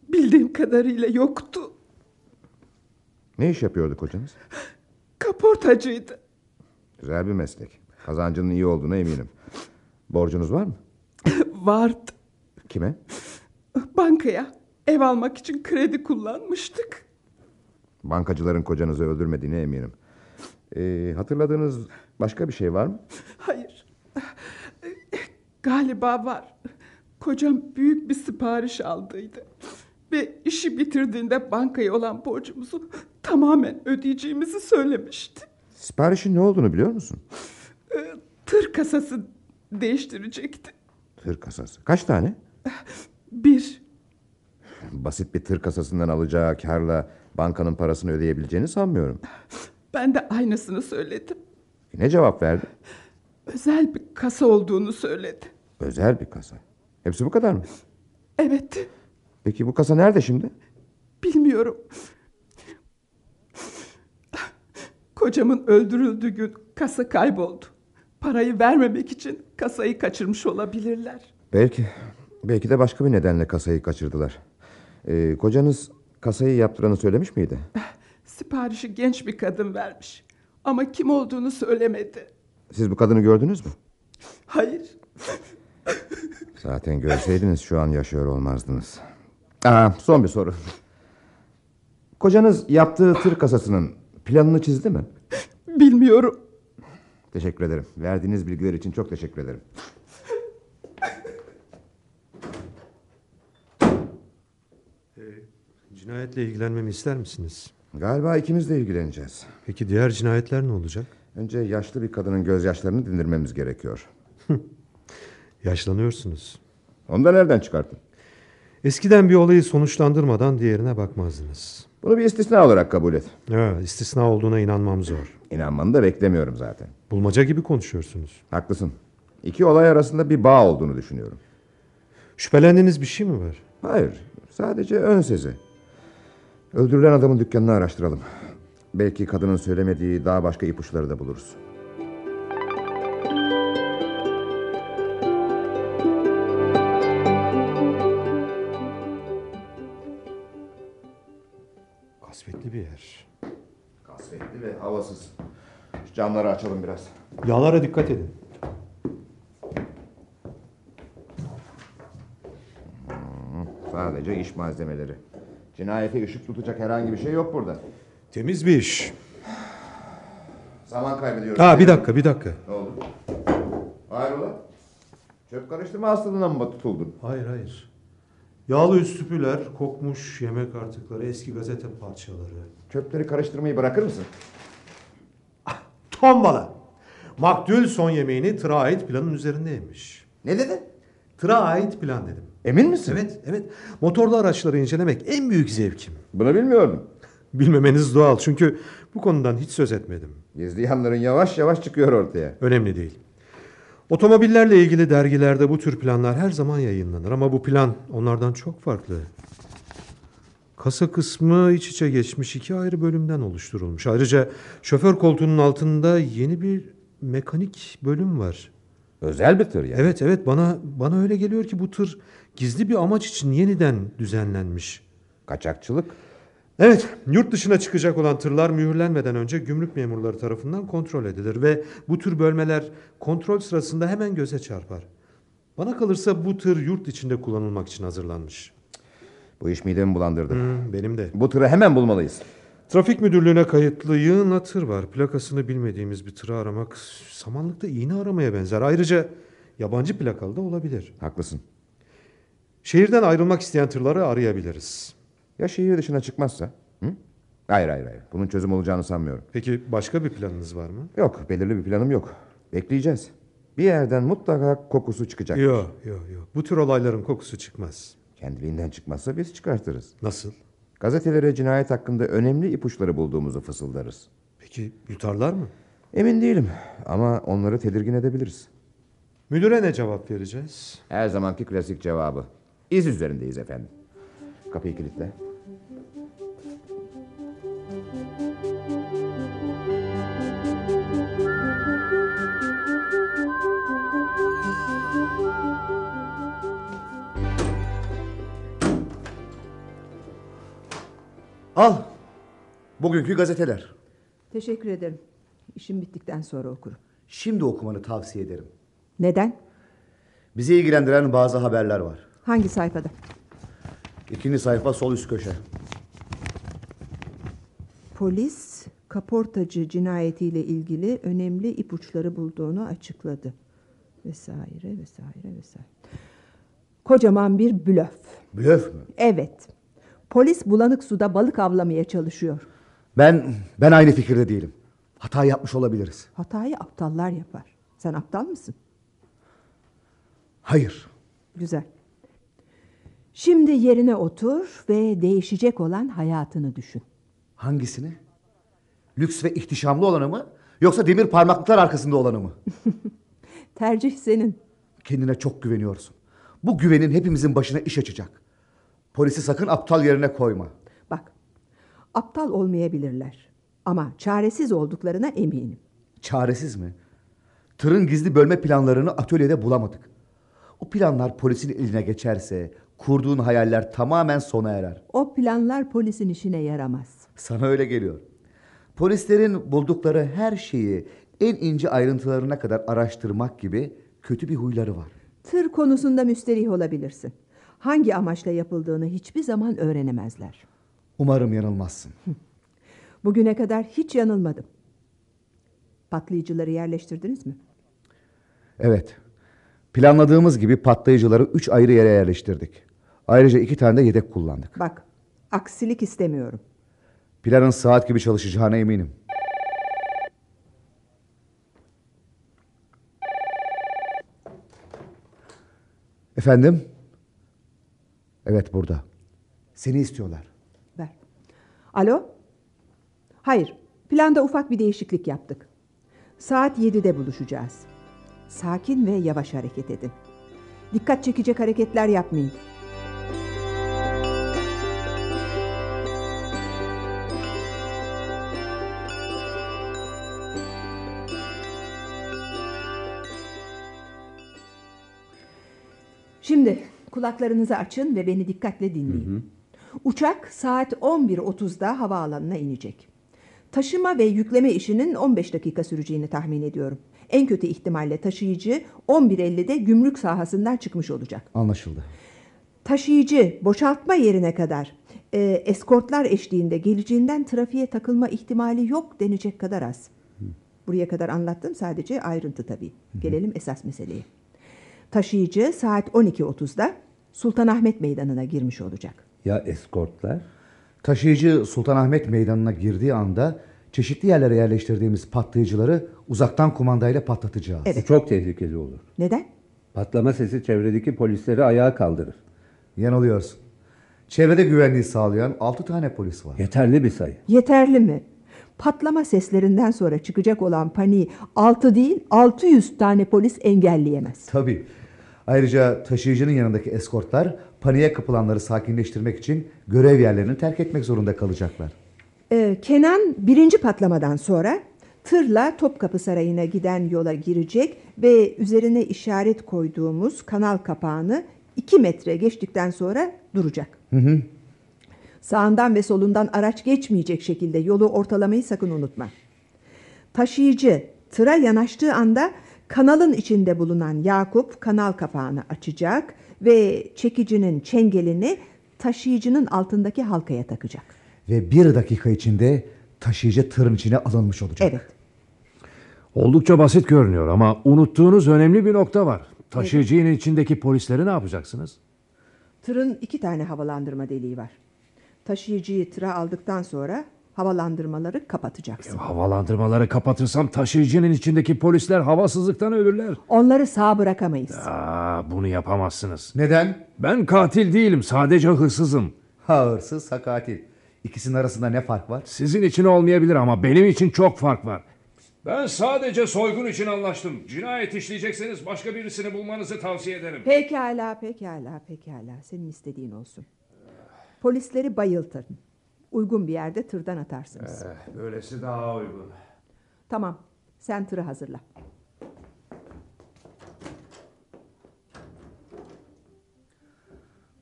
bildiğim kadarıyla yoktu. Ne iş yapıyordu kocanız? Kaportacıydı. Güzel bir meslek. Kazancının iyi olduğuna eminim. Borcunuz var mı? Vardı. Kime? Bankaya ev almak için kredi kullanmıştık. Bankacıların kocanızı öldürmediğine eminim. Ee, hatırladığınız başka bir şey var mı? Hayır. Galiba var. Kocam büyük bir sipariş aldıydı. Ve işi bitirdiğinde bankaya olan borcumuzu tamamen ödeyeceğimizi söylemişti. Siparişin ne olduğunu biliyor musun? Ee, Tır kasası değiştirecekti. Tır kasası. Kaç tane? Bir, Basit bir tır kasasından alacağı karla bankanın parasını ödeyebileceğini sanmıyorum. ben de aynısını söyledim. Ne cevap verdi? Özel bir kasa olduğunu söyledi. Özel bir kasa. Hepsi bu kadar mı? Evet, Peki bu kasa nerede şimdi? bilmiyorum. Kocamın öldürüldüğü gün kasa kayboldu. Parayı vermemek için kasayı kaçırmış olabilirler. Belki. Belki de başka bir nedenle kasayı kaçırdılar. Ee, kocanız kasayı yaptıranı söylemiş miydi? Siparişi genç bir kadın vermiş. Ama kim olduğunu söylemedi. Siz bu kadını gördünüz mü? Hayır. Zaten görseydiniz şu an yaşıyor olmazdınız. Aa, son bir soru. Kocanız yaptığı tır kasasının planını çizdi mi? Bilmiyorum. Teşekkür ederim. Verdiğiniz bilgiler için çok teşekkür ederim. Ee, Cinayetle ilgilenmemi ister misiniz? Galiba ikimiz de ilgileneceğiz. Peki diğer cinayetler ne olacak? Önce yaşlı bir kadının gözyaşlarını dindirmemiz gerekiyor. Yaşlanıyorsunuz. Onu da nereden çıkarttın? Eskiden bir olayı sonuçlandırmadan diğerine bakmazdınız. Bunu bir istisna olarak kabul et. Ha, istisna olduğuna inanmam zor. İnanmanı da beklemiyorum zaten. Bulmaca gibi konuşuyorsunuz. Haklısın. İki olay arasında bir bağ olduğunu düşünüyorum. Şüphelendiğiniz bir şey mi var? Hayır, sadece ön sezi. Öldürülen adamın dükkanını araştıralım. Belki kadının söylemediği daha başka ipuçları da buluruz. Kasvetli bir yer. Kasvetli ve havasız. Şu camları açalım biraz. Yağlara dikkat edin. Sadece iş malzemeleri. Cinayete ışık tutacak herhangi bir şey yok burada. Temiz bir iş. Zaman kaybediyoruz. Ha bir dakika bir dakika. Ne oldu? Hayrola? Çöp karıştırma hastalığına mı tutuldun? Hayır hayır. Yağlı üstüpüler, kokmuş yemek artıkları, eski gazete parçaları. Çöpleri karıştırmayı bırakır mısın? Ah, Tombala. Maktul son yemeğini tıra ait planın üzerinde yemiş. Ne dedin? Tıra ait plan dedim. Emin misin? Evet, evet. Motorlu araçları incelemek en büyük zevkim. Bunu bilmiyordum. Bilmemeniz doğal çünkü bu konudan hiç söz etmedim. Gizli yanların yavaş yavaş çıkıyor ortaya. Önemli değil. Otomobillerle ilgili dergilerde bu tür planlar her zaman yayınlanır ama bu plan onlardan çok farklı. Kasa kısmı iç içe geçmiş iki ayrı bölümden oluşturulmuş. Ayrıca şoför koltuğunun altında yeni bir mekanik bölüm var. Özel bir tır yani. Evet evet bana bana öyle geliyor ki bu tır gizli bir amaç için yeniden düzenlenmiş. Kaçakçılık. Evet, yurt dışına çıkacak olan tırlar mühürlenmeden önce gümrük memurları tarafından kontrol edilir ve bu tür bölmeler kontrol sırasında hemen göze çarpar. Bana kalırsa bu tır yurt içinde kullanılmak için hazırlanmış. Bu iş midemi bulandırdı. Hı, benim de. Bu tırı hemen bulmalıyız. Trafik müdürlüğüne kayıtlı yığınla tır var. Plakasını bilmediğimiz bir tırı aramak samanlıkta iğne aramaya benzer. Ayrıca yabancı plakalı da olabilir. Haklısın. Şehirden ayrılmak isteyen tırları arayabiliriz. Ya şehir dışına çıkmazsa? Hı? Hayır hayır hayır. Bunun çözüm olacağını sanmıyorum. Peki başka bir planınız var mı? Yok belirli bir planım yok. Bekleyeceğiz. Bir yerden mutlaka kokusu çıkacak. Yok yok yok. Bu tür olayların kokusu çıkmaz. Kendiliğinden çıkmazsa biz çıkartırız. Nasıl? Gazetelere cinayet hakkında önemli ipuçları bulduğumuzu fısıldarız. Peki yutarlar mı? Emin değilim ama onları tedirgin edebiliriz. Müdüre ne cevap vereceğiz? Her zamanki klasik cevabı. İz üzerindeyiz efendim. Kapıyı kilitle. Al. Bugünkü gazeteler. Teşekkür ederim. İşim bittikten sonra okurum. Şimdi okumanı tavsiye ederim. Neden? Bizi ilgilendiren bazı haberler var. Hangi sayfada? İkinci sayfa sol üst köşe. Polis kaportacı cinayetiyle ilgili önemli ipuçları bulduğunu açıkladı. Vesaire vesaire vesaire. Kocaman bir blöf. Blöf mü? Evet. Polis bulanık suda balık avlamaya çalışıyor. Ben ben aynı fikirde değilim. Hata yapmış olabiliriz. Hatayı aptallar yapar. Sen aptal mısın? Hayır. Güzel. Şimdi yerine otur ve değişecek olan hayatını düşün. Hangisini? Lüks ve ihtişamlı olanı mı? Yoksa demir parmaklıklar arkasında olanı mı? Tercih senin. Kendine çok güveniyorsun. Bu güvenin hepimizin başına iş açacak. Polisi sakın aptal yerine koyma. Bak, aptal olmayabilirler ama çaresiz olduklarına eminim. Çaresiz mi? Tırın gizli bölme planlarını atölyede bulamadık. O planlar polisin eline geçerse kurduğun hayaller tamamen sona erer. O planlar polisin işine yaramaz. Sana öyle geliyor. Polislerin buldukları her şeyi en ince ayrıntılarına kadar araştırmak gibi kötü bir huyları var. Tır konusunda müsterih olabilirsin. Hangi amaçla yapıldığını hiçbir zaman öğrenemezler. Umarım yanılmazsın. Bugüne kadar hiç yanılmadım. Patlayıcıları yerleştirdiniz mi? Evet. Planladığımız gibi patlayıcıları üç ayrı yere yerleştirdik. Ayrıca iki tane de yedek kullandık. Bak, aksilik istemiyorum. Planın saat gibi çalışacağına eminim. Efendim? Evet burada. Seni istiyorlar. Ver. Alo? Hayır, planda ufak bir değişiklik yaptık. Saat 7'de buluşacağız. Sakin ve yavaş hareket edin. Dikkat çekecek hareketler yapmayın. Şimdi kulaklarınızı açın ve beni dikkatle dinleyin. Uçak saat 11.30'da havaalanına inecek. Taşıma ve yükleme işinin 15 dakika süreceğini tahmin ediyorum. En kötü ihtimalle taşıyıcı 11.50'de gümrük sahasından çıkmış olacak. Anlaşıldı. Taşıyıcı boşaltma yerine kadar e, eskortlar eşliğinde geleceğinden trafiğe takılma ihtimali yok denecek kadar az. Buraya kadar anlattım sadece ayrıntı tabii. Gelelim esas meseleye. Taşıyıcı saat 12.30'da Sultanahmet Meydanı'na girmiş olacak. Ya eskortlar? Taşıyıcı Sultanahmet Meydanı'na girdiği anda çeşitli yerlere yerleştirdiğimiz patlayıcıları uzaktan kumandayla patlatacağız. Evet. Bu çok tehlikeli olur. Neden? Patlama sesi çevredeki polisleri ayağa kaldırır. Yanılıyorsun. Çevrede güvenliği sağlayan 6 tane polis var. Yeterli bir sayı. Yeterli mi? Patlama seslerinden sonra çıkacak olan paniği 6 değil 600 tane polis engelleyemez. Tabii. Ayrıca taşıyıcının yanındaki eskortlar paniğe kapılanları sakinleştirmek için görev yerlerini terk etmek zorunda kalacaklar. Ee, Kenan birinci patlamadan sonra tırla Topkapı Sarayı'na giden yola girecek ve üzerine işaret koyduğumuz kanal kapağını 2 metre geçtikten sonra duracak. Sağından ve solundan araç geçmeyecek şekilde yolu ortalamayı sakın unutma. Taşıyıcı tıra yanaştığı anda kanalın içinde bulunan Yakup kanal kapağını açacak ve çekicinin çengelini taşıyıcının altındaki halkaya takacak. Ve bir dakika içinde taşıyıcı tırın içine alınmış olacak. Evet. Oldukça basit görünüyor ama unuttuğunuz önemli bir nokta var. Taşıyıcının içindeki polisleri ne yapacaksınız? Tırın iki tane havalandırma deliği var. Taşıyıcıyı tıra aldıktan sonra havalandırmaları kapatacaksın. Havalandırmaları kapatırsam taşıyıcının içindeki polisler havasızlıktan ölürler. Onları sağ bırakamayız. Aa, bunu yapamazsınız. Neden? Ben katil değilim, sadece hırsızım. Ha hırsız ha katil. İkisinin arasında ne fark var? Sizin için olmayabilir ama benim için çok fark var. Ben sadece soygun için anlaştım. Cinayet işleyecekseniz başka birisini bulmanızı tavsiye ederim. Pekala, pekala, pekala. Senin istediğin olsun. Polisleri bayıltın. Uygun bir yerde tırdan atarsınız. Eh, Böylesi daha uygun. Tamam. Sen tırı hazırla.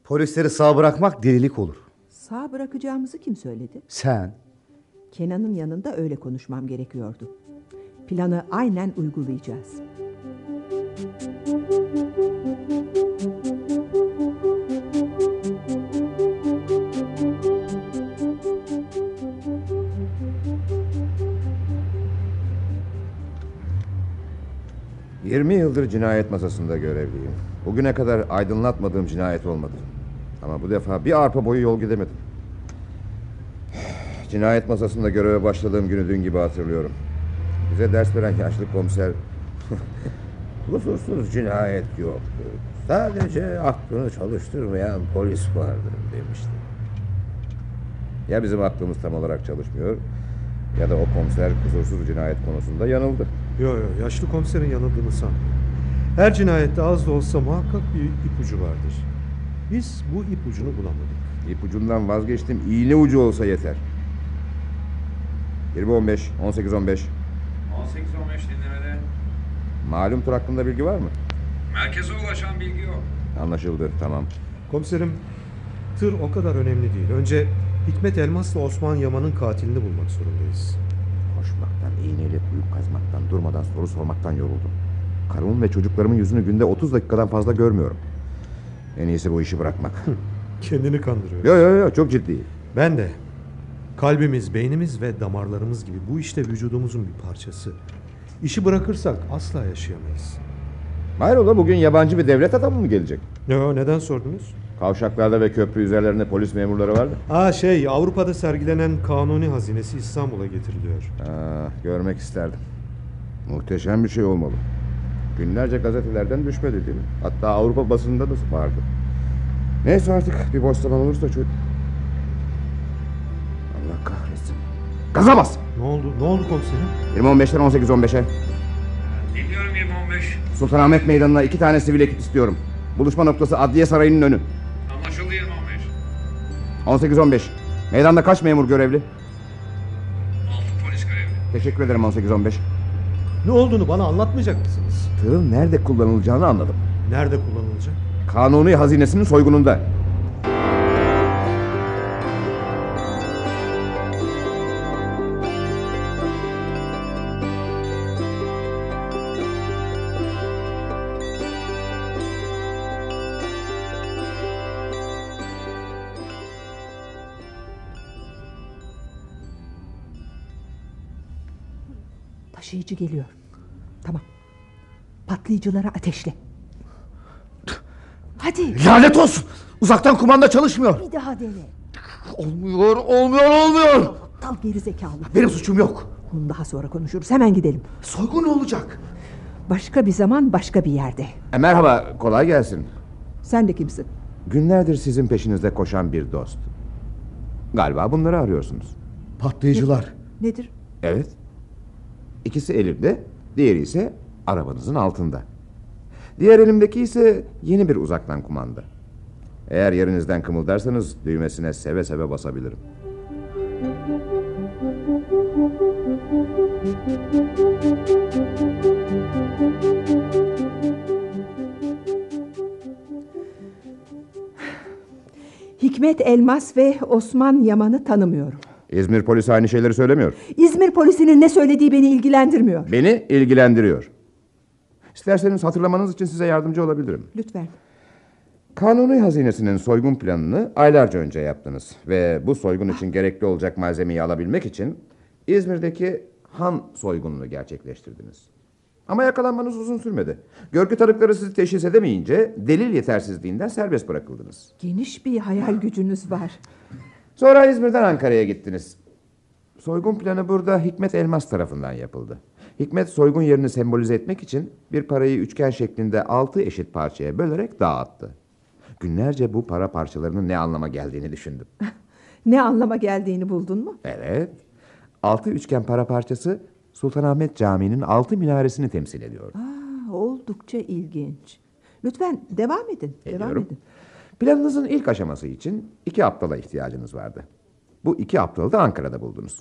Polisleri sağ bırakmak delilik olur. Sağ bırakacağımızı kim söyledi? Sen Kenan'ın yanında öyle konuşmam gerekiyordu. Planı aynen uygulayacağız. Hı. 20 yıldır cinayet masasında görevliyim. Bugüne kadar aydınlatmadığım cinayet olmadı. Ama bu defa bir arpa boyu yol gidemedim. Cinayet masasında göreve başladığım günü dün gibi hatırlıyorum. Bize ders veren yaşlı komiser... Kusursuz cinayet yoktu. Sadece aklını çalıştırmayan polis vardır demişti. Ya bizim aklımız tam olarak çalışmıyor... ...ya da o komiser kusursuz cinayet konusunda yanıldı. Yo yo yaşlı komiserin yanıldığını sanmıyorum. Her cinayette az da olsa muhakkak bir ipucu vardır. Biz bu ipucunu bulamadık. İpucundan vazgeçtim. İğne ucu olsa yeter. 20-15, 18-15. 18-15 dinlemede. Malum tur hakkında bilgi var mı? Merkeze ulaşan bilgi yok. Anlaşıldı, tamam. Komiserim tır o kadar önemli değil. Önce Hikmet Elmas'la Osman Yaman'ın katilini bulmak zorundayız. Koşmaktan, iğneyle kuyuk kazmaktan, durmadan soru sormaktan yoruldum. Karımın ve çocuklarımın yüzünü günde 30 dakikadan fazla görmüyorum. En iyisi bu işi bırakmak. Kendini kandırıyor. yo yo yo çok ciddiyim. Ben de. Kalbimiz, beynimiz ve damarlarımız gibi bu işte vücudumuzun bir parçası. İşi bırakırsak asla yaşayamayız. Hayrola bugün yabancı bir devlet adamı mı gelecek? Ne, neden sordunuz? Kavşaklarda ve köprü üzerlerinde polis memurları vardı. Aa şey, Avrupa'da sergilenen kanuni hazinesi İstanbul'a getiriliyor. Aa, Ah, görmek isterdim. Muhteşem bir şey olmalı. Günlerce gazetelerden düşmedi değil mi? Hatta Avrupa basınında da vardı. Neyse artık bir boş zaman olursa çocuk... Allah kahretsin. Gaza bas! Ne oldu? Ne oldu komiserim? 20.15'ten 18.15'e. Dinliyorum 2015. Sultanahmet Meydanı'na iki tane sivil ekip istiyorum. Buluşma noktası Adliye Sarayı'nın önü. Anlaşıldı 2015. 18.15. Meydanda kaç memur görevli? 6 polis görevli. Teşekkür ederim 18.15. Ne olduğunu bana anlatmayacak mısınız? Tırın nerede kullanılacağını anladım. Nerede kullanılacak? Kanuni hazinesinin soygununda. Taşıyıcı geliyor. Tamam. Patlayıcılara ateşle. Hadi Lanet olsun! Uzaktan kumanda çalışmıyor. bir daha dene. Olmuyor, olmuyor, olmuyor. Aptal geri zekalı. Benim suçum yok. Bunu daha sonra konuşuruz. Hemen gidelim. Soygun olacak. Başka bir zaman başka bir yerde. E, merhaba, kolay gelsin. Sen de kimsin? Günlerdir sizin peşinizde koşan bir dost. Galiba bunları arıyorsunuz. Patlayıcılar. Nedir? Evet. İkisi elimde, diğeri ise arabanızın altında. Diğer elimdeki ise yeni bir uzaktan kumanda. Eğer yerinizden kımıldarsanız düğmesine seve seve basabilirim. Hikmet Elmas ve Osman Yaman'ı tanımıyorum. İzmir polisi aynı şeyleri söylemiyor. İzmir polisinin ne söylediği beni ilgilendirmiyor. Beni ilgilendiriyor. İsterseniz hatırlamanız için size yardımcı olabilirim. Lütfen. Kanuni hazinesinin soygun planını aylarca önce yaptınız. Ve bu soygun için gerekli olacak malzemeyi alabilmek için İzmir'deki Han soygununu gerçekleştirdiniz. Ama yakalanmanız uzun sürmedi. Görgü tanıkları sizi teşhis edemeyince delil yetersizliğinden serbest bırakıldınız. Geniş bir hayal gücünüz var. Sonra İzmir'den Ankara'ya gittiniz. Soygun planı burada Hikmet Elmas tarafından yapıldı. Hikmet soygun yerini sembolize etmek için bir parayı üçgen şeklinde altı eşit parçaya bölerek dağıttı. Günlerce bu para parçalarının ne anlama geldiğini düşündüm. Ne anlama geldiğini buldun mu? Evet. Altı üçgen para parçası Sultanahmet Camii'nin altı minaresini temsil ediyor. Aa, oldukça ilginç. Lütfen devam edin. Devam Ediyorum. edin. Planınızın ilk aşaması için iki aptala ihtiyacınız vardı. Bu iki aptalı da Ankara'da buldunuz.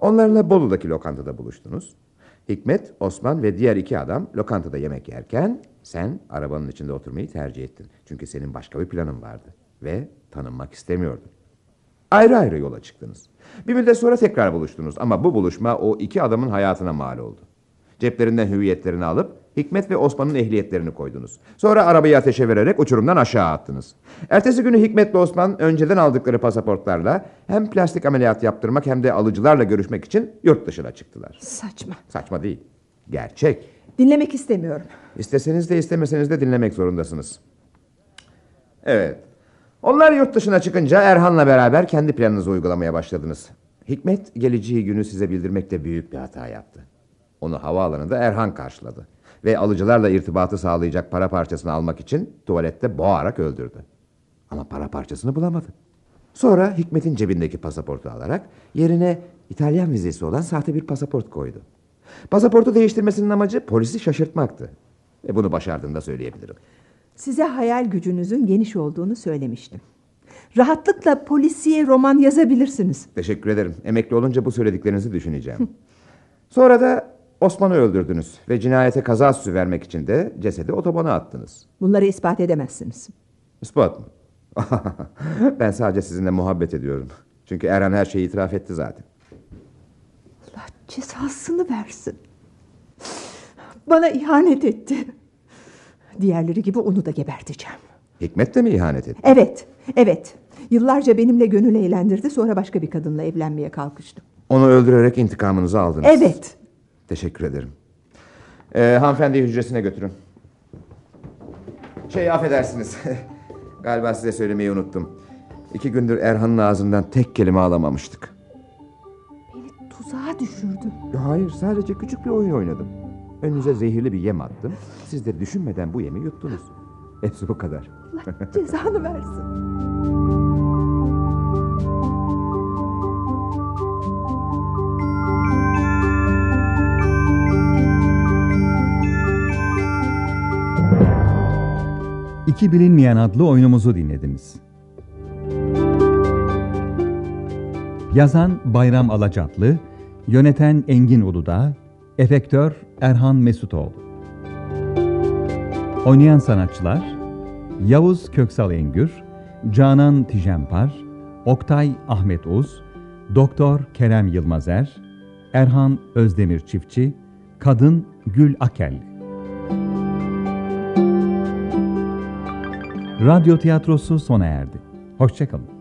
Onlarla Bolu'daki lokantada buluştunuz. Hikmet, Osman ve diğer iki adam lokantada yemek yerken sen arabanın içinde oturmayı tercih ettin. Çünkü senin başka bir planın vardı ve tanınmak istemiyordun. Ayrı ayrı yola çıktınız. Bir müddet sonra tekrar buluştunuz ama bu buluşma o iki adamın hayatına mal oldu. Ceplerinden hüviyetlerini alıp Hikmet ve Osman'ın ehliyetlerini koydunuz. Sonra arabayı ateşe vererek uçurumdan aşağı attınız. Ertesi günü Hikmet ve Osman önceden aldıkları pasaportlarla hem plastik ameliyat yaptırmak hem de alıcılarla görüşmek için yurt dışına çıktılar. Saçma. Saçma değil. Gerçek. Dinlemek istemiyorum. İsteseniz de istemeseniz de dinlemek zorundasınız. Evet. Onlar yurt dışına çıkınca Erhan'la beraber kendi planınızı uygulamaya başladınız. Hikmet geleceği günü size bildirmekte büyük bir hata yaptı. Onu havaalanında Erhan karşıladı. Ve alıcılarla irtibatı sağlayacak para parçasını almak için tuvalette boğarak öldürdü. Ama para parçasını bulamadı. Sonra Hikmet'in cebindeki pasaportu alarak yerine İtalyan vizesi olan sahte bir pasaport koydu. Pasaportu değiştirmesinin amacı polisi şaşırtmaktı. Ve bunu başardığını da söyleyebilirim. Size hayal gücünüzün geniş olduğunu söylemiştim. Rahatlıkla polisiye roman yazabilirsiniz. Teşekkür ederim. Emekli olunca bu söylediklerinizi düşüneceğim. Sonra da Osman'ı öldürdünüz ve cinayete kaza süsü vermek için de cesedi otobana attınız. Bunları ispat edemezsiniz. İspat mı? ben sadece sizinle muhabbet ediyorum. Çünkü Erhan her şeyi itiraf etti zaten. Allah cezasını versin. Bana ihanet etti. Diğerleri gibi onu da geberteceğim. Hikmet de mi ihanet etti? Evet, evet. Yıllarca benimle gönül eğlendirdi. Sonra başka bir kadınla evlenmeye kalkıştı. Onu öldürerek intikamınızı aldınız. Evet. Teşekkür ederim. Ee, hanımefendi hücresine götürün. Şey affedersiniz. Galiba size söylemeyi unuttum. İki gündür Erhan'ın ağzından tek kelime alamamıştık. Beni tuzağa düşürdü. Hayır sadece küçük bir oyun oynadım. Önünüze zehirli bir yem attım. Siz de düşünmeden bu yemi yuttunuz. Hepsi bu kadar. Allah cezanı versin. İki Bilinmeyen adlı oyunumuzu dinlediniz. Yazan Bayram Alacatlı, yöneten Engin Uludağ, efektör Erhan Mesutoğlu. Oynayan sanatçılar Yavuz Köksal Engür, Canan Tijempar, Oktay Ahmet Uz, Doktor Kerem Yılmazer, Erhan Özdemir Çiftçi, Kadın Gül Akel. Radyo tiyatrosu sona erdi. Hoşçakalın.